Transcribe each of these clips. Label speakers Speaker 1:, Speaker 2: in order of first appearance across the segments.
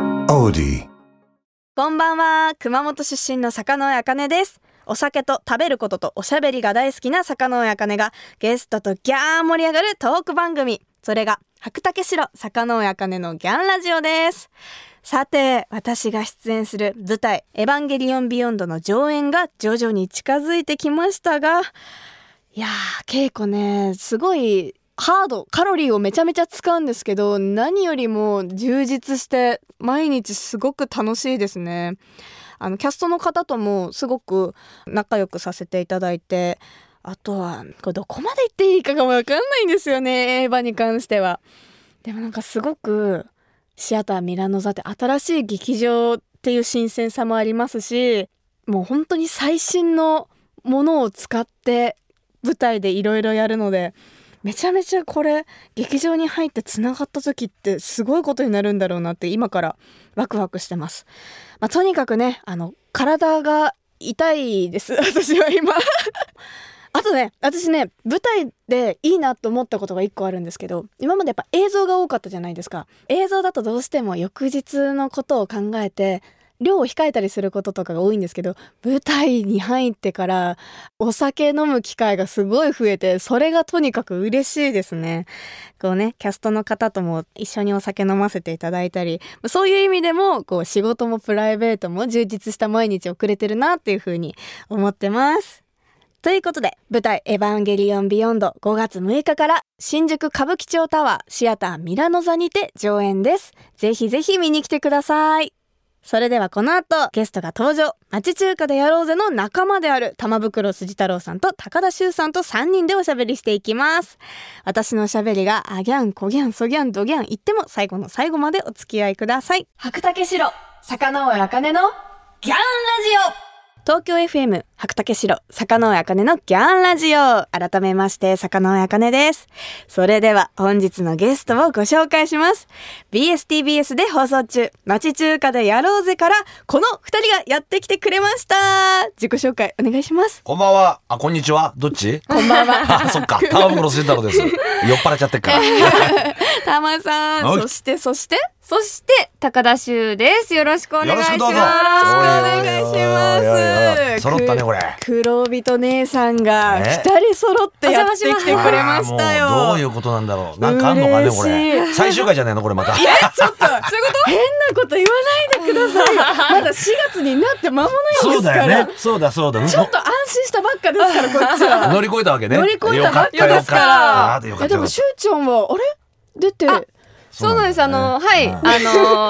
Speaker 1: Melody.
Speaker 2: こんばんは熊本出身の坂野茜ですお酒と食べることとおしゃべりが大好きな坂野茜がゲストとギャー盛り上がるトーク番組それが白竹城坂野茜のギャンラジオですさて私が出演する舞台エヴァンゲリオンビヨンドの上演が徐々に近づいてきましたがいやー稽古ねすごいハードカロリーをめちゃめちゃ使うんですけど何よりも充実して毎日すごく楽しいですねあのキャストの方ともすごく仲良くさせていただいてあとはこれどこまで行っていいかが分かんないんですよね映画に関してはでもなんかすごくシアターミラノ座って新しい劇場っていう新鮮さもありますしもう本当に最新のものを使って舞台でいろいろやるのでめちゃめちゃこれ劇場に入ってつながった時ってすごいことになるんだろうなって今からワクワクしてます。まあ、とにかくねあの体が痛いです 私は今あとね私ね舞台でいいなと思ったことが1個あるんですけど今までやっぱ映像が多かったじゃないですか映像だとどうしても翌日のことを考えて量を控えたりすることとかが多いんですけど舞台に入ってからお酒飲む機会がすごい増えてそれがとにかく嬉しいですねこうねキャストの方とも一緒にお酒飲ませていただいたりそういう意味でもこう仕事もプライベートも充実した毎日をくれてるなっていうふうに思ってますということで舞台「エヴァンゲリオンビヨンド」5月6日から新宿歌舞伎町タワーシアターミラノ座にて上演ですぜひぜひ見に来てくださいそれではこの後ゲストが登場町中華でやろうぜの仲間である玉袋筋太郎さんと高田修さんと3人でおしゃべりしていきます私のおしゃべりがあギャンこギャンそギャンどギャン言っても最後の最後までお付き合いください白竹城坂上茜のギャンラジオ東京 FM 白竹城坂上茜のギャンラジオ改めまして坂上茜ですそれでは本日のゲストをご紹介します BSTBS で放送中町中華でやろうぜからこの二人がやってきてくれました自己紹介お願いします
Speaker 3: こんばんは。あ、こんにちは。どっち
Speaker 2: こんばん は
Speaker 3: あ、そっか。玉袋筋太郎 です。酔っ払っちゃってっから。
Speaker 2: たまさ
Speaker 3: は
Speaker 2: ん
Speaker 3: い
Speaker 2: そしてそして
Speaker 4: そして高田修です。よろしくお願いしま
Speaker 3: よろしく
Speaker 4: す。
Speaker 3: どうぞ
Speaker 2: よろしくお願い
Speaker 3: おい
Speaker 2: し
Speaker 3: おいおいおいお
Speaker 2: ま
Speaker 3: い
Speaker 2: す
Speaker 3: 揃ったねこれ
Speaker 2: 黒人姉さんが
Speaker 3: え
Speaker 2: 二人揃ってやってきてくれましたよ
Speaker 3: あーもうどういうことなんだろう。なんかあんのかね、こ
Speaker 2: 嬉し
Speaker 3: れ。
Speaker 2: い
Speaker 3: 最終回じゃないの、これまた。
Speaker 2: ちょっと、そういうこと変なこと言わないでください。まだ4 月になって間もないんで
Speaker 3: そう
Speaker 2: すか
Speaker 3: だ
Speaker 2: ら。
Speaker 3: よね。そうだ、そうだ。
Speaker 2: ちょっと安心したばっかですから、こっちは。
Speaker 3: 乗り越えたわけ ね。
Speaker 2: 乗り越えたばっかですか
Speaker 3: ああ
Speaker 2: ら。
Speaker 3: ー、
Speaker 2: い
Speaker 3: よか
Speaker 2: や、
Speaker 3: った
Speaker 2: で
Speaker 3: よか
Speaker 2: も、
Speaker 3: っ
Speaker 2: しゅうちゃんは、あれ出て、
Speaker 4: そうなんです。あの、
Speaker 3: ね
Speaker 4: はい、
Speaker 3: うん
Speaker 4: あ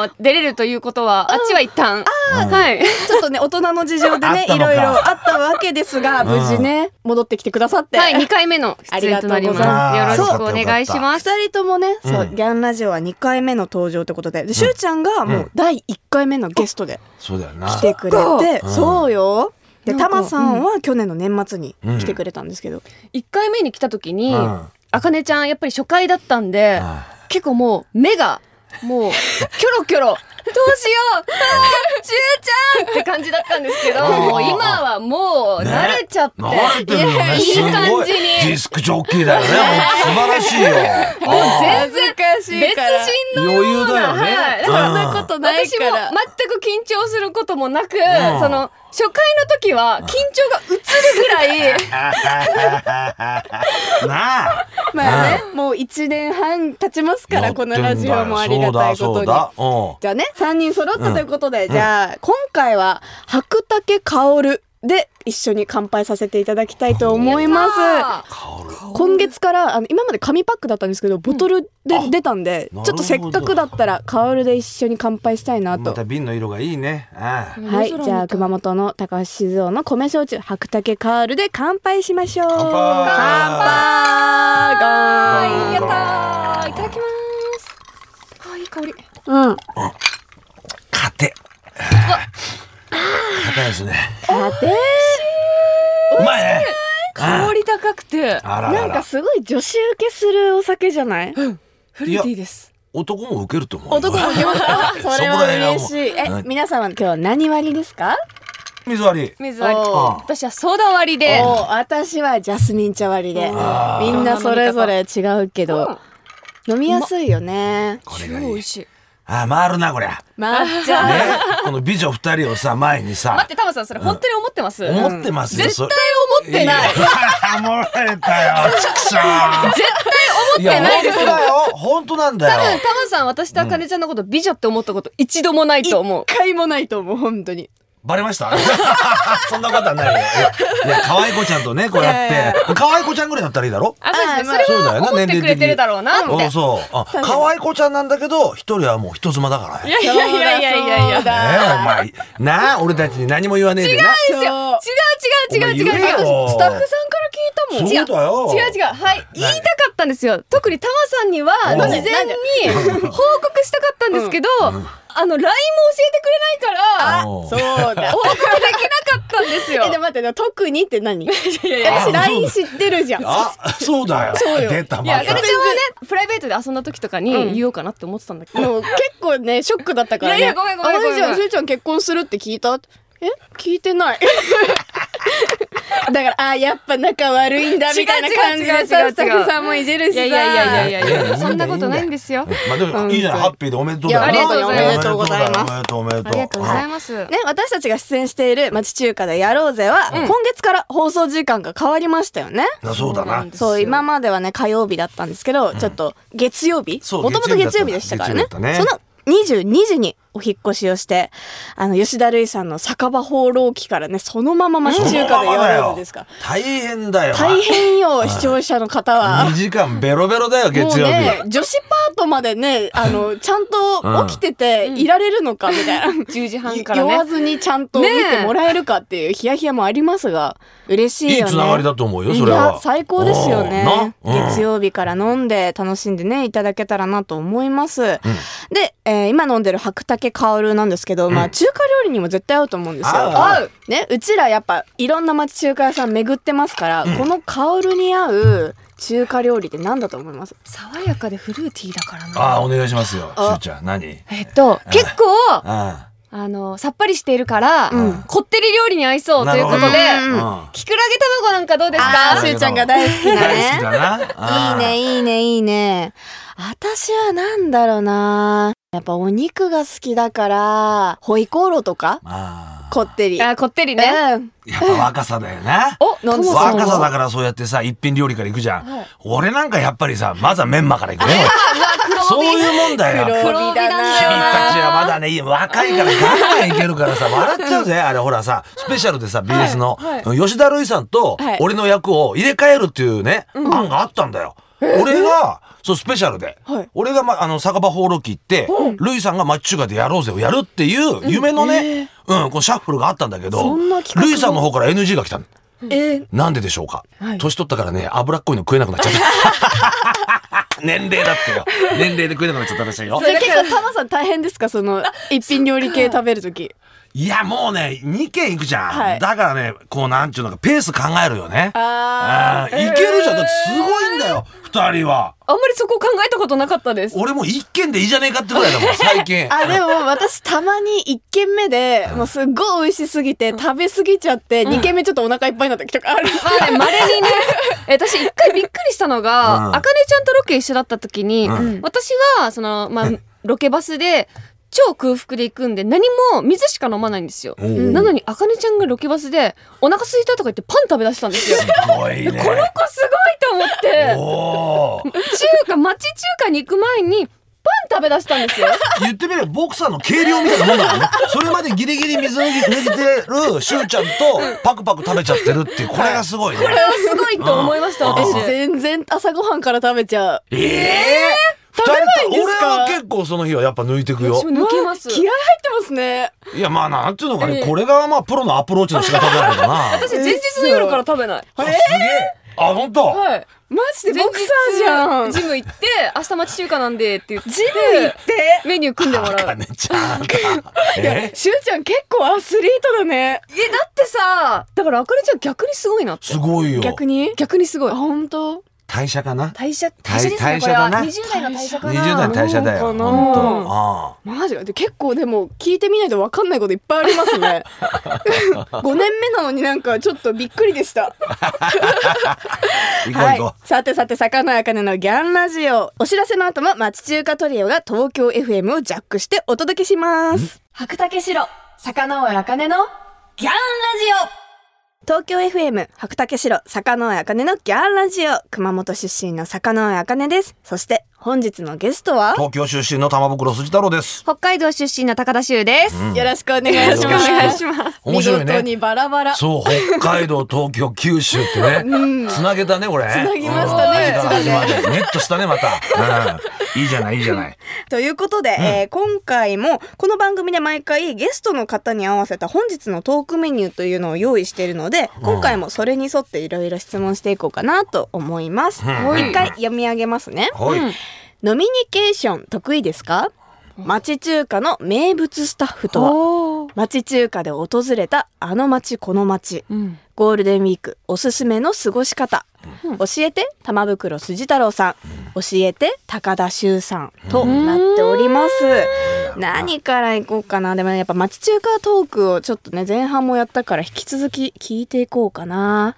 Speaker 4: の、出れるということは、あっちは一旦。はい。
Speaker 2: ちょっとね、大人の事情でね、い
Speaker 3: あったの
Speaker 2: ろ
Speaker 3: か
Speaker 2: いろあったわけですが、
Speaker 3: うん
Speaker 2: 無事ね、戻ってきてくださって。
Speaker 4: はい、二回目の出演となり
Speaker 3: あ
Speaker 4: ま
Speaker 3: り
Speaker 4: す。よ
Speaker 3: が
Speaker 4: ろし
Speaker 3: とうご
Speaker 4: くお
Speaker 3: ざいます
Speaker 4: 願いし
Speaker 2: 二
Speaker 4: ます。
Speaker 2: 人ともね、そうう、
Speaker 3: ん
Speaker 2: ギャンラジオは2回目の登場ということで、でしゅうちゃんがもう第1回目のゲストで
Speaker 3: そうだよな。
Speaker 2: 来てくれ、
Speaker 4: そって
Speaker 3: か
Speaker 2: そうよ。で、
Speaker 4: なんか
Speaker 2: たまさんは去年の年末に来てくれたんですけど、
Speaker 4: 一回目に来た時に
Speaker 3: うん、
Speaker 4: あかねちゃん、やっぱり初回だったんで、
Speaker 3: あ
Speaker 4: 結構もう目が、 もう、キョロキョロ。どうしよう、あ ーしゅうちゃんって感じだったんですけど、
Speaker 3: あー
Speaker 4: もう今はもう
Speaker 3: ー
Speaker 4: 慣れちゃって、
Speaker 3: ね慣れてるよね。
Speaker 4: い
Speaker 3: す
Speaker 4: やいい
Speaker 3: ご
Speaker 4: 感
Speaker 3: い
Speaker 4: じに。
Speaker 3: ディスクジョッキーだよね。もう素晴らしいよ。あー
Speaker 4: 全然別人
Speaker 2: 別人
Speaker 4: の
Speaker 3: 余裕だよね
Speaker 4: はい。
Speaker 3: うん
Speaker 4: だから
Speaker 3: そんなこと
Speaker 2: ない
Speaker 4: 私
Speaker 2: か
Speaker 4: も全
Speaker 2: ら
Speaker 4: く緊張することもなく、
Speaker 3: ん
Speaker 4: その初回の時は緊張が移るぐらい、
Speaker 3: なあ。
Speaker 2: まあね、もう1年半経ちますから、このラジオもありがたいこと
Speaker 3: そう
Speaker 2: に。
Speaker 3: だそう
Speaker 2: じゃあね、3人揃ったということで、
Speaker 3: うん
Speaker 2: じゃあ、今回は、白竹薫で一緒に乾杯させていただきたいと思います。
Speaker 4: す。
Speaker 3: だ。うん。香る。
Speaker 2: 今月から、あの、今まで紙パックだったんですけど、ボトルで出たんで、
Speaker 3: あ
Speaker 2: ちょっとせっかくだったら、薫で一緒に乾杯したいな
Speaker 3: ま
Speaker 2: と
Speaker 3: た。瓶の色がいいね。ああ。
Speaker 2: はい、じゃあ、熊本の高橋静雄の米焼酎、白竹薫で乾杯しましょう。乾
Speaker 3: 杯
Speaker 2: 乾杯
Speaker 4: やった
Speaker 3: あ
Speaker 4: ーいただきます。あーいい香り。
Speaker 2: うん。
Speaker 3: 勝て。硬いですね。
Speaker 2: 勝て
Speaker 3: うまいね。
Speaker 4: 香り高くて
Speaker 3: あらあ
Speaker 2: なん
Speaker 3: ら
Speaker 2: か。すごい女子受けするお酒じゃない
Speaker 4: フルーティーです。
Speaker 3: 男も受けると思う。
Speaker 2: 男も。来ました それは嬉し
Speaker 3: そ
Speaker 2: い
Speaker 3: こら辺はもう
Speaker 2: え、皆様今日何割ですか
Speaker 3: 水割り。
Speaker 4: 水割り。
Speaker 2: お
Speaker 3: ー
Speaker 4: 私はソーダ割り
Speaker 2: お
Speaker 4: で。
Speaker 2: ー私はジャスミン茶割りで
Speaker 3: あ
Speaker 2: みんなそれぞれ違うけど飲みやすいよね
Speaker 3: こ
Speaker 4: 超
Speaker 3: れ
Speaker 4: 美
Speaker 3: がいい
Speaker 4: 味。しい。
Speaker 3: あー回るなこりゃ。
Speaker 2: まっちゃん
Speaker 3: ね、この美女二人をさ前に
Speaker 4: 待っ
Speaker 3: さ
Speaker 4: て、タマさん、それ本当に思ってます
Speaker 3: 思ってますよ。
Speaker 4: 絶対
Speaker 3: そ
Speaker 4: 思ってない。
Speaker 3: や。漏れたよ。ちくしょう。
Speaker 4: 絶対思ってないです
Speaker 3: 本当
Speaker 4: よ。
Speaker 3: だよ。本当なん
Speaker 4: 多
Speaker 3: だ
Speaker 4: 分
Speaker 3: よ。
Speaker 4: タマさん、私とあかねちゃんのこと美女って思ったこと一度もないと思う。
Speaker 2: 一回もないと思う本当に
Speaker 3: バレました そんなことはないよ。いや、いや可愛い子ちゃんとね、こうや
Speaker 2: いやいや
Speaker 3: っ
Speaker 2: い
Speaker 3: て。可愛い子ちゃんぐらいだったらいいだろ
Speaker 4: あ、そうです
Speaker 2: あ
Speaker 4: ね。それ
Speaker 3: そうだ
Speaker 4: は
Speaker 3: よな
Speaker 4: 思ってくれてるだろうなって。
Speaker 3: うんそう。あ
Speaker 2: かに
Speaker 3: 可愛い子ちゃんなんだけど、一人はもう人妻だからね。
Speaker 4: いやいやいやいやいやいや。
Speaker 3: ねえ、お前。なあ、俺たちに何も言わねえでな。
Speaker 4: ですよ違う違う違う違う
Speaker 3: お前言えよ
Speaker 4: 私スタッフさんから聞いたもん
Speaker 3: そうだよ
Speaker 4: 違う違う違うはい言いたかったんですよ特にタマさんには
Speaker 3: おう
Speaker 4: 事前に報告したかったんですけど、あの LINE も教えてくれないから
Speaker 3: おう
Speaker 2: そうだ
Speaker 4: 報告できなかったんですよ
Speaker 2: えでも待ってでも特にって 何
Speaker 4: いやいや
Speaker 3: あ
Speaker 2: 私 LINE 知ってるじゃん
Speaker 3: あ、そうだよ。
Speaker 2: そうよ
Speaker 3: 出た
Speaker 4: いや
Speaker 3: ま
Speaker 4: あか
Speaker 3: た
Speaker 4: ね。ちゃんはねプライベートで遊んだ時とかに言おうかなって思ってたんだけど、
Speaker 2: もう結構ねショックだったからね
Speaker 4: いやいやごめんごめん
Speaker 2: あ
Speaker 4: ごめん
Speaker 2: マジじゃんしゅうちゃん結婚するって聞いたえ聞いてない だからあやっぱ仲悪いんだみたいな感じ
Speaker 4: 違う違う違
Speaker 2: で
Speaker 4: う違う
Speaker 2: さスタッフさんもいじるし
Speaker 4: い
Speaker 2: さ
Speaker 4: やいやいやいやいやい
Speaker 3: いや
Speaker 4: やそんなことないんですよ
Speaker 3: まあでもいいじゃない、ハッピーでおめでとうだよ
Speaker 4: いやありがとうございま
Speaker 3: お
Speaker 4: す
Speaker 3: めでとうおめでとうおめでとう。
Speaker 4: ありがとうございます、
Speaker 2: ね、私たちが出演している町中華でやろうぜは、
Speaker 4: うん
Speaker 2: 今月から放送時間が変わりましたよね。
Speaker 3: だそうだな。
Speaker 2: そう今まではね火曜日だったんですけど、ちょっと月曜日
Speaker 3: そう
Speaker 2: もともと月
Speaker 3: 月
Speaker 2: 曜
Speaker 3: 曜
Speaker 2: 日
Speaker 3: 日だ
Speaker 2: で
Speaker 3: っ
Speaker 2: したたからね
Speaker 3: 月曜日だった
Speaker 2: そ
Speaker 3: ね
Speaker 2: の22時にお引っ越しをしてあの吉田類さんの酒場放浪記からねそのまま町中華でやろうぜですから
Speaker 3: 大変だよ。
Speaker 2: 大変よ視聴者の方は
Speaker 3: 2。時間ベロベロだよ、
Speaker 2: もう
Speaker 3: 月曜
Speaker 2: ね
Speaker 3: 日。
Speaker 2: 女子パートまでねあのちゃんと起きてて
Speaker 4: ん
Speaker 2: いられるのかみたいな、
Speaker 4: 10時半から
Speaker 2: 酔
Speaker 4: ね
Speaker 2: わずにちゃんと見てもらえるかっていうヒヤヒヤもありますが嬉しい
Speaker 3: いい
Speaker 2: よね
Speaker 3: つながりだと思うよ、そ
Speaker 2: い
Speaker 3: れ
Speaker 2: や
Speaker 3: は。
Speaker 2: 最高ですよね、
Speaker 3: おーなうん
Speaker 2: 月曜日から飲んで楽しんでねいただけたらなと思います、で、えー今飲んでる白竹薫なんですけど、まあ中華料理にも絶対合うと思うんですよ
Speaker 3: 合
Speaker 4: う合う
Speaker 2: ねうちらやっぱいろんな町中華屋さん巡ってますから、この薫に合う中華料理って何だと思います
Speaker 4: 爽やかでフルーティーだからな
Speaker 3: ああ、お願いしますよ、しゅうちゃん。何
Speaker 4: えっと結構
Speaker 3: あ
Speaker 4: あのさっぱりしているから、
Speaker 3: うん
Speaker 4: こってり料理に合いそうということで、
Speaker 2: なるほどうん
Speaker 3: あ。
Speaker 4: きくらげ卵なんかどうです
Speaker 2: あ
Speaker 4: か
Speaker 2: ーしゅうちゃんが大好きなね
Speaker 3: 大好きだな。
Speaker 2: いい
Speaker 3: あー。
Speaker 2: ねいいねいいね私はなんだろうなやっぱお肉が好きだからホイコーローとか
Speaker 3: あ
Speaker 2: こってり
Speaker 4: あーこってりね、
Speaker 2: うん
Speaker 3: ーやっぱ若さだよな。
Speaker 4: お
Speaker 2: なんで
Speaker 4: トモさん
Speaker 3: 若さ
Speaker 4: は
Speaker 3: だからそうやってさ、一品料理から行くじゃん。
Speaker 4: はい
Speaker 3: 俺なんかやっぱりさ、まずはメンマから行くね。
Speaker 4: 黒
Speaker 3: そう
Speaker 4: 帯
Speaker 3: いうもんだよ。
Speaker 2: 黒
Speaker 3: 君
Speaker 2: 帯
Speaker 3: たち
Speaker 2: なんだよ
Speaker 4: 君
Speaker 3: はまだね、若いからガンガンいけるからさ、笑っちゃうぜ。あれほらさ、スペシャルでさ、BS の吉田類さんと
Speaker 2: はい
Speaker 3: 俺の役を入れ替えるっていうね、案があったんだよ。俺が、そう、スペシャルで
Speaker 2: はい。
Speaker 3: 俺が、ま、あの、酒場放浪記行って、ルイさんがマッチ中華でやろうぜをやるっていう夢のね、うん、こうシャッフルがあったんだけ
Speaker 2: そ
Speaker 3: ど
Speaker 2: んな、企画
Speaker 3: ルイさんの方から NG が来たの。
Speaker 2: えー
Speaker 3: なんででしょうか、年取ったからね、脂っこいの食えなくなっちゃった。 年齢だってよ。年齢で食えなくなっちゃったらしいよ
Speaker 2: そ。れ結構タマさん大変ですかその一品料理系食べるとき
Speaker 3: いや、もうね、2軒行くじゃん。
Speaker 2: はい
Speaker 3: だからね、こう、なんちゅうのか、ペース考えるよね。
Speaker 2: あ
Speaker 3: あーいけるじゃん。だってすごいんだよ、二人は。
Speaker 4: あんまりそこ考えたことなかったです
Speaker 3: 俺もう1軒でいいじゃねえかってぐらいだもん、最近。
Speaker 2: あでも私たまに1軒目でもうすっごい美味しすぎて食べ過ぎちゃって2軒目ちょっとお腹いっぱいになった時とかある
Speaker 4: まあね、稀にね、 え私一回びっくりしたのが、
Speaker 3: う
Speaker 4: あ
Speaker 3: ん
Speaker 4: かねちゃんとロケ一緒だった時に、
Speaker 3: うん
Speaker 4: 私は、その、まあ、ロケバスで、超空腹で行くんで、何も水しか飲まないんですよ。
Speaker 3: おう
Speaker 4: なのに、あかねちゃんがロケバスで、お腹空いたとか言ってパン食べ出したんですよ。こ
Speaker 3: すご いね。
Speaker 4: の子すごいと思って、
Speaker 3: おー
Speaker 4: 中華、町中華に行く前に、パン食べ出した んですよ。
Speaker 3: 言ってみればボクサーの軽量みたいなもんだもんね。それまでギリギリ水抜き抜けてるしゅうちゃんとパクパク食べちゃってるっていう、これがすごいね。
Speaker 4: これはすごいと思いました、私。
Speaker 2: 全然朝ごはんから食べちゃう
Speaker 3: ええー、
Speaker 2: 食べないんですか
Speaker 3: 俺は結構その日はやっぱ抜いてくよ
Speaker 4: 私。も抜きます。
Speaker 2: 気合入ってますね
Speaker 3: いやまあなんていうのかね、
Speaker 4: ええ
Speaker 3: これがまあプロのアプローチの仕方だけどな。あ
Speaker 4: 私、前日の夜から食べない。
Speaker 3: すげえ。あ本当。
Speaker 4: はい。
Speaker 2: マジでボクサーじゃん
Speaker 4: ジム行って明日町中華なんでって言ってジ
Speaker 2: ム行って
Speaker 4: メニュー組んでもらうえだ
Speaker 3: あ
Speaker 4: っ
Speaker 3: ねちゃんだ。え
Speaker 2: しゅうちゃん結構アスリートだね
Speaker 4: てさだからあかねちゃん逆にすごいなって
Speaker 3: すごいよ。
Speaker 2: 逆に
Speaker 4: 逆にすごい
Speaker 2: 本当
Speaker 3: 代謝かな
Speaker 4: 代謝代謝です
Speaker 3: 代
Speaker 4: ねこれは
Speaker 3: 代謝だな
Speaker 4: 20代の代謝かな
Speaker 3: 20代代謝だよ
Speaker 1: な
Speaker 3: 本当
Speaker 1: うん
Speaker 3: あ
Speaker 1: マジかで結構でも聞いてみないと分かんないこといっぱいありますね5年目なのになんかちょっとびっくりでした
Speaker 3: あ行こう
Speaker 2: は
Speaker 3: 行
Speaker 2: い
Speaker 3: こう、、
Speaker 2: さてさて坂野茜のギャンラジオお知らせの後も町中華トリオが東京 FM をジャックしてお届けします
Speaker 4: 白竹城坂上茜のギャンラジ
Speaker 2: 東京 FM 白竹城坂野茜のギャンラジオ熊本出身の坂野茜ですそして本日のゲストは
Speaker 3: 東京出身の玉袋筋太郎です
Speaker 4: オ北海道出身の高田修です、
Speaker 1: よろしくお願いします
Speaker 3: よろし
Speaker 1: します
Speaker 3: 面白いね
Speaker 1: 見事にバラバラ
Speaker 3: そう北海道東京九州ってね、つなげたねこれつ
Speaker 1: なぎましたね
Speaker 3: 始まるネットしたねまた、うん、いいじゃないいいじゃない
Speaker 2: ということで、えー今回もこの番組で毎回ゲストの方に合わせた本日のトークメニューというのを用意しているので今回もそれに沿っていろいろ質問していこうかなと思います。一、
Speaker 3: はい
Speaker 2: 回読み上げますね。
Speaker 3: はい、
Speaker 2: ノミニケーション得意ですか町中華の名物スタッフとは
Speaker 1: おー
Speaker 2: 町中華で訪れたあの町この町
Speaker 1: うん
Speaker 2: ゴールデンウィークおすすめの過ごし方、教えて玉袋筋太郎さん、教えて高田修さんとなっております、何からいこうかなでもねやっぱ町中華トークをちょっとね前半もやったから引き続き聞いていこうかな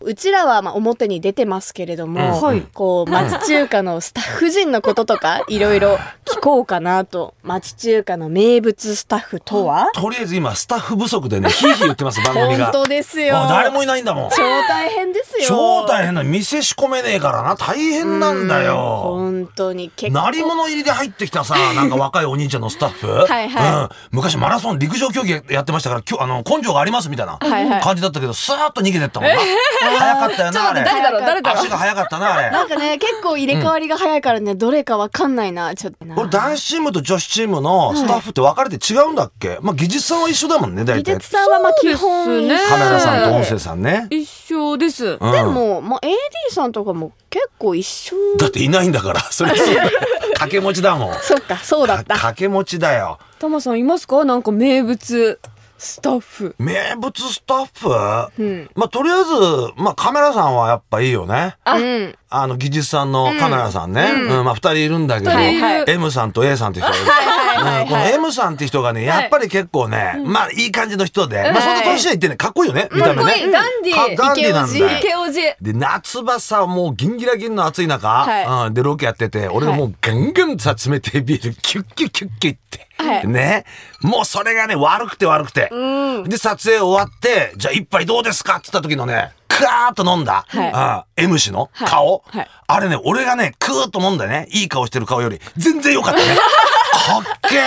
Speaker 2: うちらはまあ表に出てますけれども、
Speaker 3: うんはい
Speaker 2: こう町中華のスタッフ陣のことと かいろいろ聞こうかなと町中華の名物スタッフとは
Speaker 3: とりあえず今スタッフ不足でねヒーヒー言ってます番組
Speaker 2: 本
Speaker 3: が
Speaker 2: 当ですよ
Speaker 3: あ誰もいないんだもん
Speaker 2: 超大変ですよ
Speaker 3: 超大変な店仕込めねえからな大変なんだよ
Speaker 2: 本当に結構
Speaker 3: 鳴り物入りで入ってき たさなんか若いお兄ちゃんのスタッフ
Speaker 2: いはい
Speaker 3: うん、昔マラソン陸上競技やってましたから今日あの根性がありますみたいな
Speaker 1: はいはい
Speaker 3: 感じだったけど、スーッと逃げてったもんな早かったよなあれ
Speaker 1: 誰だろう誰だろう
Speaker 3: 足が速かったなあれ
Speaker 2: なんかね結構入れ替わりが早いからね、どれかわかんないなちょっとな
Speaker 3: これ男子チームと女子チームのスタッフって分かれて違うんだっけ、まあ技術さんは一緒だもんね大
Speaker 2: 技
Speaker 3: 体
Speaker 2: 術さんはまあ基本
Speaker 1: そうですね
Speaker 3: カメラさんと音声さんね、
Speaker 1: 一緒です
Speaker 3: うん
Speaker 2: でも、まあ、AD さんとかも結構一緒
Speaker 3: だっていないんだから それそうだよ掛け持ちだもんか
Speaker 2: そっかそうだった
Speaker 3: 掛け持ちだよ
Speaker 1: タマさんいますかなんか名物スタッフ
Speaker 3: 名物スタッフ、
Speaker 2: うん
Speaker 3: まあとりあえず、まあ、カメラさんはやっぱいいよね
Speaker 2: うん
Speaker 3: あの技術さんのカメラさんね、うんまあ、2人いるんだけど、
Speaker 1: 二人いる
Speaker 3: M さんと A さんって人がいる
Speaker 2: はいはい
Speaker 3: うんこの M さんって人がねやっぱり結構ね、まあいい感じの人で、まあそんな年は言ってねかっこいいよね見た
Speaker 1: か
Speaker 3: 目
Speaker 1: っこいい
Speaker 3: ね
Speaker 1: ダンディー
Speaker 3: かダンディーなんだよ
Speaker 1: イケオジ
Speaker 3: で夏場さもうギンギラギンの暑い中、
Speaker 1: は
Speaker 3: うん、でロケやってて俺がもうガンガンさ冷てえビールキュッキュッキュッキュッって、
Speaker 1: はい
Speaker 3: ねもうそれがね悪くて悪くて、で撮影終わってじゃあ一杯どうですかって言った時のねカーッと飲んだ、うん、M 氏の顔、
Speaker 1: はい
Speaker 3: あれね俺がねクーッと飲んだねいい顔してる顔より全然良かったねかっけえ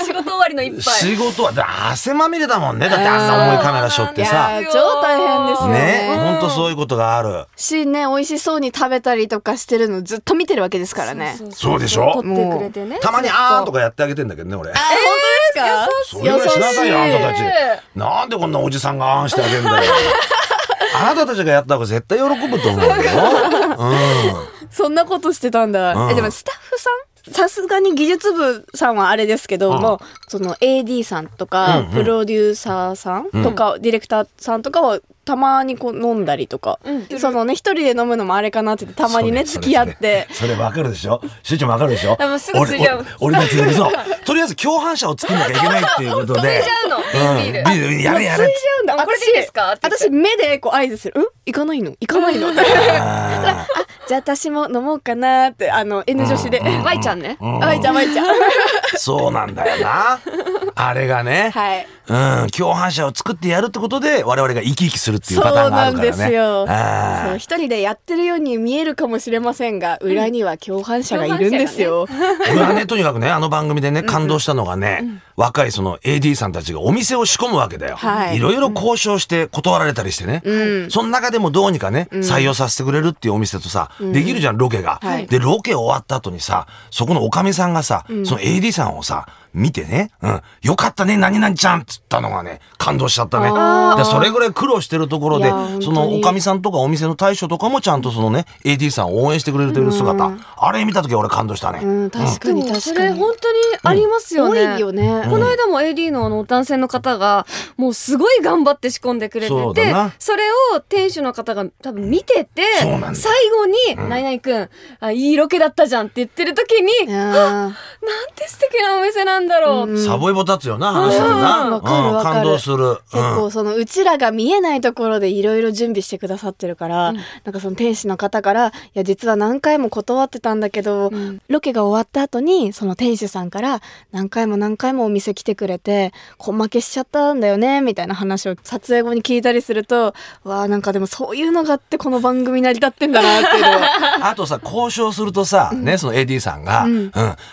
Speaker 4: オ仕事終わりの一杯
Speaker 3: 仕事はだ汗まみれだもんねだって朝重いカメラしょって
Speaker 2: い
Speaker 3: さ
Speaker 2: やー超大変ですよね
Speaker 3: ねほんとそういうことがある。
Speaker 2: しね美味しそうに食べたりとかしてるのずっと見てるわけですからね
Speaker 3: そうでしょ
Speaker 1: 撮ってくれてね
Speaker 3: たまにあーんとかやってあげてんだけどね俺。
Speaker 2: あ本
Speaker 3: それぐらいしなさいよあんたたち
Speaker 1: 優しい。
Speaker 3: なんでこんなおじさんがあーんしてあげるんだよ。あなたたちがやった方が絶対喜ぶと思うよ。
Speaker 1: そんなことしてたんだ
Speaker 3: うん
Speaker 2: えでもスタッフさんさすがに技術部さんはあれですけど
Speaker 3: うん
Speaker 2: も、その AD さんとか、
Speaker 3: うんうん
Speaker 2: プロデューサーさんとか、ディレクターさんとかはたまにこう飲んだりとか、そのね一人で飲むのもあれかなって言 ってたまにね
Speaker 3: それ
Speaker 2: 付き合って。
Speaker 3: それそれわかるでしょ。しゅうちゃんわかるでしょ
Speaker 4: あもうす。ぐ
Speaker 3: 俺
Speaker 4: 釣り合う
Speaker 3: 俺俺たちでそう。とりあえず共犯者を作んなきゃいけないっていうこと
Speaker 4: つ い
Speaker 3: で
Speaker 4: ち。ゃうの、
Speaker 3: うん
Speaker 4: ビール
Speaker 3: ビールやれやれっつって。
Speaker 2: なんだ
Speaker 4: あこれでいいですかって言って
Speaker 2: 私私目でこう合図する「うん行かないの行かないの」 じゃ
Speaker 3: あ
Speaker 2: あ私も飲もうかな」ってあの N 女子で「
Speaker 4: ワイちゃんね、
Speaker 2: あわいちゃんわい ちゃん」
Speaker 3: ーそうなんだよな。あれがね。
Speaker 2: はい
Speaker 3: うん、共犯者を作ってやるってことで我々が生き生きするっていうパターンがあるからね。
Speaker 2: そうなんですよ
Speaker 3: あー
Speaker 2: そう一人でやってるように見えるかもしれませんが裏には共犯者がいるんですよ。
Speaker 3: 俺はねとにかくねあの番組でね感動したのがね、若いその AD さんたちがお店を仕込むわけだよ、
Speaker 2: はい
Speaker 3: い、ろいろ交渉して断られたりしてね、その中でもどうにかね採用させてくれるっていうお店とさ、できるじゃんロケが、
Speaker 2: はい
Speaker 3: でロケ終わった後にさそこのおかみさんがさ、その AD さんをさ見てね、うん、よかったね何々ちゃんっつったのがね感動しちゃったね
Speaker 2: あー
Speaker 3: でそれぐらい苦労してるところ
Speaker 2: い
Speaker 3: で
Speaker 2: や本当に
Speaker 3: そのおかみさんとかお店の大将とかもちゃんとそのね AD さんを応援してくれてる姿、あれ見た時は俺感動したね、
Speaker 2: うん確かに確
Speaker 1: そ
Speaker 2: か
Speaker 1: れ
Speaker 2: に。
Speaker 1: 本当にありますよね、
Speaker 2: 多いよね。
Speaker 4: この間も AD のあの男性の方がもうすごい頑張って仕込んでくれて
Speaker 3: そう
Speaker 4: て
Speaker 3: だな
Speaker 4: それを店主の方が多分見てて
Speaker 3: そうなんだよ
Speaker 4: 最後に「何々くんあいいロケだったじゃん」って言ってる時になん
Speaker 5: あ
Speaker 4: て素敵なお店なんだろう、
Speaker 3: サボイボ立つよな、話だ
Speaker 2: うん
Speaker 3: な。
Speaker 2: わかるわかる
Speaker 3: 感動する。
Speaker 2: 結構そのうちらが見えないところでいろいろ準備してくださってるから、
Speaker 4: うん
Speaker 2: なんかその天使の方から「いや実は何回も断ってたんだけど、
Speaker 4: うん
Speaker 2: ロケが終わった後にその店主さんから何回も何回もお店来てくれて根負けしちゃったんだよねみたいな話を撮影後に聞いたりするとわあなんかでもそういうのがあってこの番組成り立ってんだなっていうの は
Speaker 3: あとさ交渉するとさ、ねその AD さんが、うん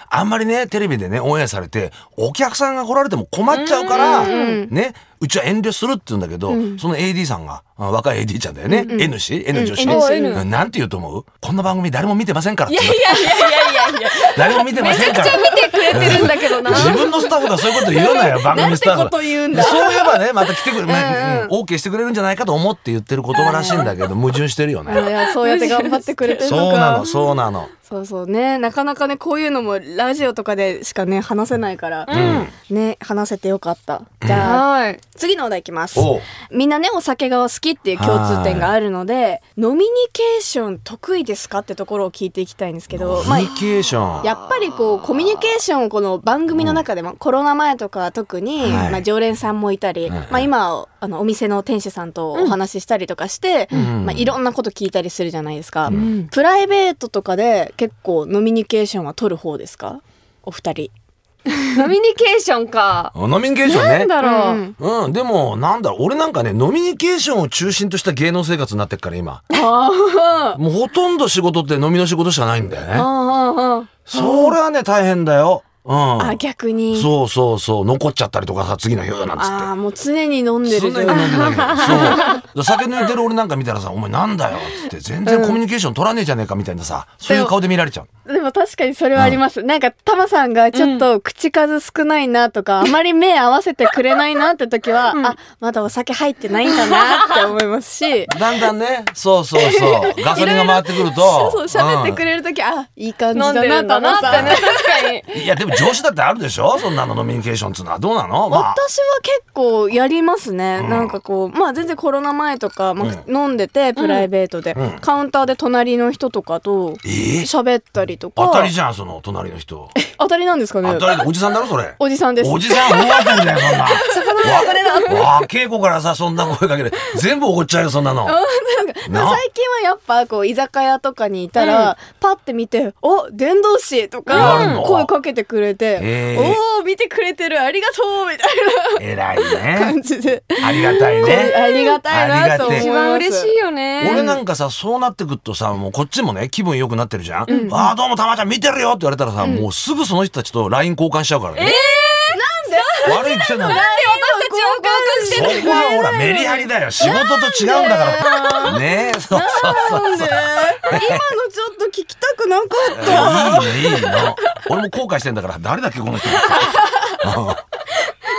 Speaker 3: あんまりねテレビでねオンエアされてお客さんが来られても困っちゃうから、ねうちは遠慮するって言うんだけど、その AD さんがあ若い AD ちゃんだよね、N 氏 N 女子、
Speaker 2: うん N 氏
Speaker 3: うんなんて言うと思うこんな番組誰も見てませんからって
Speaker 4: いやいやいやいやいやいや
Speaker 3: 誰も見てませんから
Speaker 4: 見てくれてるんだけどな
Speaker 3: 自分のスタッフがそういうこと言うなよ番組スタッフが。
Speaker 2: 言うん
Speaker 3: そういえばねまた来てくれ、まあうん、OK してくれるんじゃないかと思って言ってる言葉らしいんだけど矛盾してるよ
Speaker 2: あの
Speaker 3: ね。
Speaker 2: いやそうやって頑張ってくれてるのか
Speaker 3: そうなのそうなの。
Speaker 2: そうそうねなかなかねこういうのもラジオとかでしかね話せないから、ね話せてよかったじゃあ、
Speaker 4: はい
Speaker 2: 次のお題いきます
Speaker 3: おう
Speaker 2: みんなねお酒がお好きっていう共通点があるので飲みニケーション得意ですかってところを聞いていきたいんですけど、ま
Speaker 3: コ
Speaker 2: あ
Speaker 3: ミュニケーション。
Speaker 2: やっぱりこうコミュニケーションをこの番組の中でも、コロナ前とかは特に、
Speaker 3: はい
Speaker 2: まあ、常連さんもいたり、
Speaker 3: はい
Speaker 2: まあ、今あのお店の店主さんとお話ししたりとかして、
Speaker 3: ん
Speaker 2: まあ、いろんなこと聞いたりするじゃないですか、プライベートとかで結構飲みニケーションは取る方ですかお二人。
Speaker 4: 飲みニケーションか
Speaker 3: あ飲みニケーションね。
Speaker 4: なんだろう、
Speaker 2: うん
Speaker 3: うん、でも、なんだろう、俺なんかね、飲みニケーションを中心とした芸能生活になってっから、今。 もうほとんど仕事って飲みの仕事しかないんだよね。
Speaker 4: ああ
Speaker 3: それはね、大変だよ。う
Speaker 2: あ
Speaker 3: ん。
Speaker 2: 逆に
Speaker 3: そうそうそう、残っちゃったりとかさ、次の日、なんつって。
Speaker 2: あーもう常に飲んで
Speaker 3: そ
Speaker 2: る
Speaker 3: んなに
Speaker 2: 状態
Speaker 3: 飲んでないけど。そう。酒抜いてる俺なんか見たらさ、お前なんだよ、つって、全然コミュニケーション取らねえじゃねえか、みたいなさ、そういう顔で見られちゃう。
Speaker 2: でも確かにそれはあります。なんか、タマさんがちょっと口数少ないなとか、あまり目合わせてくれないなって時は、あ、まだお酒入ってないんだなって思いますし、
Speaker 3: だんだんね、そうそう そう、ガソリンが回ってくると。
Speaker 2: そうそう、喋って
Speaker 3: うん
Speaker 2: くれる時、あ、いい感じ
Speaker 4: 飲
Speaker 2: だ
Speaker 4: んでるん
Speaker 2: な、
Speaker 4: だ
Speaker 2: タ
Speaker 4: な
Speaker 2: マ
Speaker 4: って
Speaker 2: さん。
Speaker 4: ね確かに
Speaker 3: いやでも上司だってあるでしょそんなの飲みニケーションっつうのはどうなのまあ
Speaker 2: 私は結構やりますね、
Speaker 3: うん
Speaker 2: なんかこうまあ全然コロナ前とか、まあ
Speaker 3: う
Speaker 2: 飲んでてプライベートで、
Speaker 3: うん
Speaker 2: カウンターで隣の人とかと
Speaker 3: え
Speaker 2: 喋ったりとか
Speaker 3: 当たりじゃんその隣の 人
Speaker 2: 当たりなんですかね
Speaker 3: 当たりおじさんだろそれ
Speaker 2: おじさんです
Speaker 3: おじさん大当たりだよそ んなわ稽古からさそんな声かけて全部怒っちゃうよそん なの
Speaker 2: まあ
Speaker 3: な
Speaker 2: 最近はやっぱこう居酒屋とかにいたら、パッて見て「お伝道師」と
Speaker 3: うん
Speaker 2: か声かけてくれて「
Speaker 3: へー
Speaker 2: おお見てくれてるありがとう」みたい
Speaker 3: 偉い
Speaker 2: な感
Speaker 3: ね
Speaker 2: じで、
Speaker 3: ありがたい
Speaker 2: こう
Speaker 3: ね
Speaker 2: ありがたいなと思います
Speaker 4: 一番嬉しいよね
Speaker 3: 俺なんかさそうなってくっとさもうこっちもね気分良くなってるじゃん、ああどうもたまちゃん見てるよって言われたらさ、もうすぐその人たちと LINE 交換しちゃうからねえなんで悪い癖なんだ
Speaker 4: 私たちを感
Speaker 3: そこはほらメリハリだよ仕事と違うんだからねえそうそうそうそう
Speaker 2: 今のちょっと聞きたくなかっ
Speaker 3: いいねいいの俺も後悔してんだから誰だっけこの 人
Speaker 2: た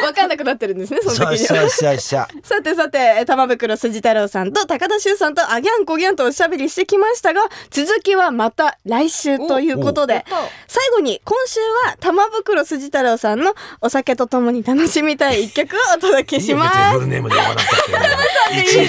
Speaker 2: 分かんなくなってるんですねその
Speaker 3: そう
Speaker 2: 時に
Speaker 3: そ
Speaker 2: は。
Speaker 3: うそうそう
Speaker 2: さてさて玉袋筋太郎さんと高田修さんとあギャンコギャンとおしゃべりしてきましたが続きはまた来週ということで最後に今週は玉袋筋太郎さんのお酒とともに楽しみたい一曲をお届け
Speaker 3: いい
Speaker 2: し
Speaker 3: よ別
Speaker 2: ます
Speaker 3: にフルネームで呼ばなくた っていちい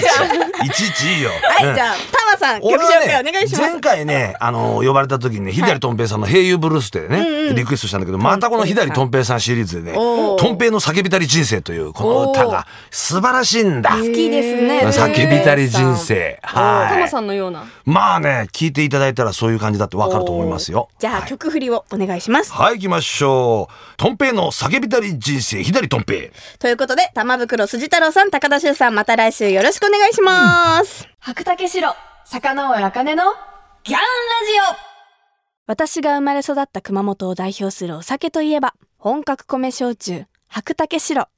Speaker 3: ちいちいちいいよ
Speaker 2: は
Speaker 3: うん
Speaker 2: いじゃあ玉さん曲
Speaker 3: 俺
Speaker 2: 紹
Speaker 3: は
Speaker 2: 介お
Speaker 3: ね
Speaker 2: 願いします
Speaker 3: 前回ねあのー呼ばれた時にね左とん平さんの「平友ブルース」でねリクエストしたんだけどまたこの左とん平さんシリーズでね
Speaker 2: お
Speaker 3: 「
Speaker 2: ー
Speaker 3: とん平の叫びたり人生」というこの歌が素晴らしいんだ
Speaker 2: 好きですね
Speaker 3: 叫びたり人生
Speaker 4: タ
Speaker 3: は
Speaker 4: マ
Speaker 3: い
Speaker 4: さんのような
Speaker 3: まあね聞いていただいたらそういう感じだってわかると思いますよ
Speaker 2: じゃあ曲振りをお願いします
Speaker 3: はい、行きましょう。トンペイの叫びたり人生、左トンペイ。
Speaker 2: ということで玉袋筋太郎さん高田修さんまた来週よろしくお願いします
Speaker 4: 白竹城坂上茜のギャンラジオ
Speaker 2: 私が生まれ育った熊本を代表するお酒といえば本格米焼酎白竹白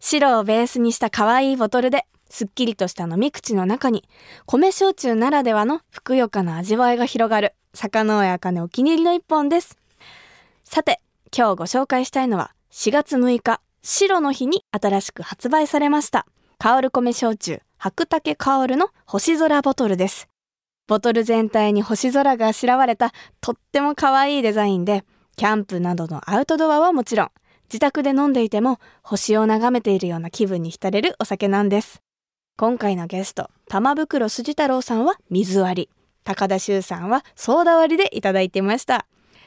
Speaker 2: 白をベースにした可愛いボトルですっきりとした飲み口の中に米焼酎ならではのふくよかな味わいが広がる坂の上茜お気に入りの一本ですさて今日ご紹介したいのは4月6日白の日に新しく発売されました香る米焼酎白竹香るの星空ボトルですボトル全体に星空があしらわれたとっても可愛いデザインでキャンプなどのアウトドアはもちろん自宅で飲んでいても星を眺めているような気分に浸れるお酒なんです今回のゲスト玉袋筋太郎さんは水割り高田修さんはソーダ割りでいただいてました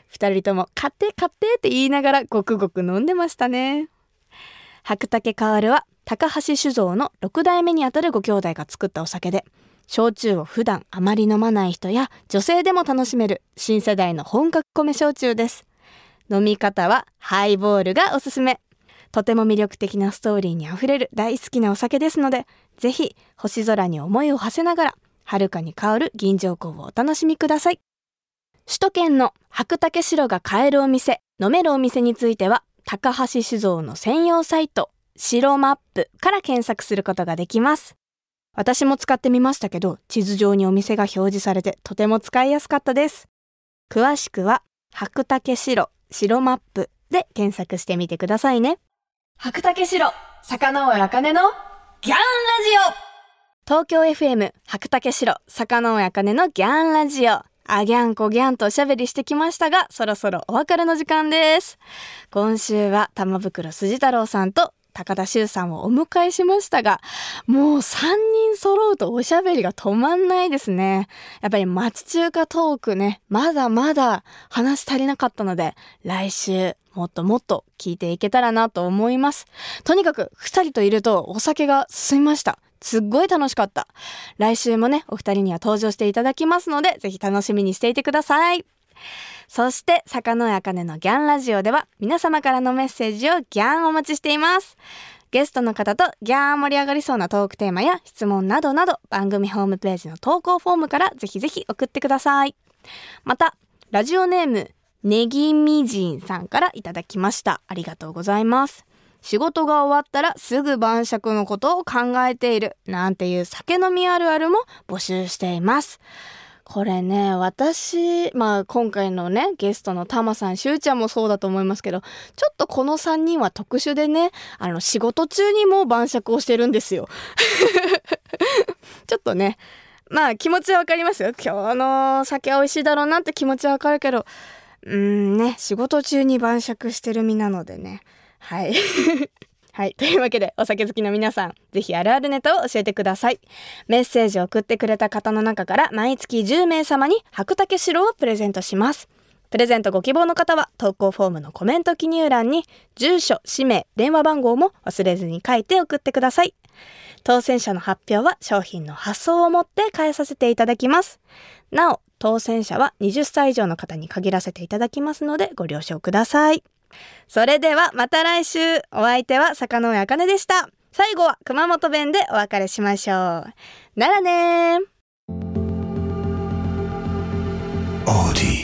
Speaker 2: 二人とも買って買ってって言いながらごくごく飲んでましたね白竹薫は高橋酒造の6代目にあたるご兄弟が作ったお酒で焼酎を普段あまり飲まない人や女性でも楽しめる新世代の本格米焼酎です飲み方はハイボールがおすすめとても魅力的なストーリーにあふれる大好きなお酒ですのでぜひ星空に思いを馳せながら遥かに香る銀条港をお楽しみください首都圏の白竹城が買えるお店飲めるお店については高橋酒造の専用サイト白マップから検索することができます私も使ってみましたけど地図上にお店が表示されてとても使いやすかったです詳しくは白竹城白マップで検索してみてくださいね
Speaker 6: 白竹城坂上茜のギャンラジ
Speaker 2: 東京 FM 白竹城坂上茜のギャンラジオあギャンこギャンとおしゃべりしてきましたがそろそろお別れの時間です今週は玉袋筋太郎さんと高田修さんをお迎えしましたがもう3人揃うとおしゃべりが止まんないですねやっぱり町中華トークねまだまだ話足りなかったので来週もっともっと聞いていけたらなと思いますとにかく2人といるとお酒が進みましたすっごい楽しかった来週もねお二人には登場していただきますのでぜひ楽しみにしていてくださいそして坂上茜のギャンラジオでは皆様からのメッセージをギャンお待ちしていますゲストの方とギャン盛り上がりそうなトークテーマや質問などなど番組ホームページの投稿フォームからぜひぜひ送ってくださいまたラジオネームネギみじんさんからいただきましたありがとうございます仕事が終わったらすぐ晩酌のことを考えているなんていう酒飲みあるあるも募集していますこれね私まあ今回のねゲストのタマさんしゅうちゃんもそうだと思いますけどちょっとこの3人は特殊でねあの仕事中にもう晩酌をしてるんですよ ちょっとねまあ気持ちはわかりますよ今日の酒美味しいだろうなって気持ちはわかるけどうーんね仕事中に晩酌してる身なのでねはいはい。 というわけで、お酒好きの皆さん、ぜひあるあるネタを教えてください。メッセージを送ってくれた方の中から、毎月10名様に白竹城をプレゼントします。プレゼントご希望の方は、投稿フォームのコメント記入欄に、住所、氏名、電話番号も忘れずに書いて送ってください。当選者の発表は、商品の発送をもって返させていただきます。なお、当選者は20歳以上の方に限らせていただきますので、ご了承ください。それではまた来週お相手は坂上茜でした最後は熊本弁でお別れしましょうならねー
Speaker 3: オーディ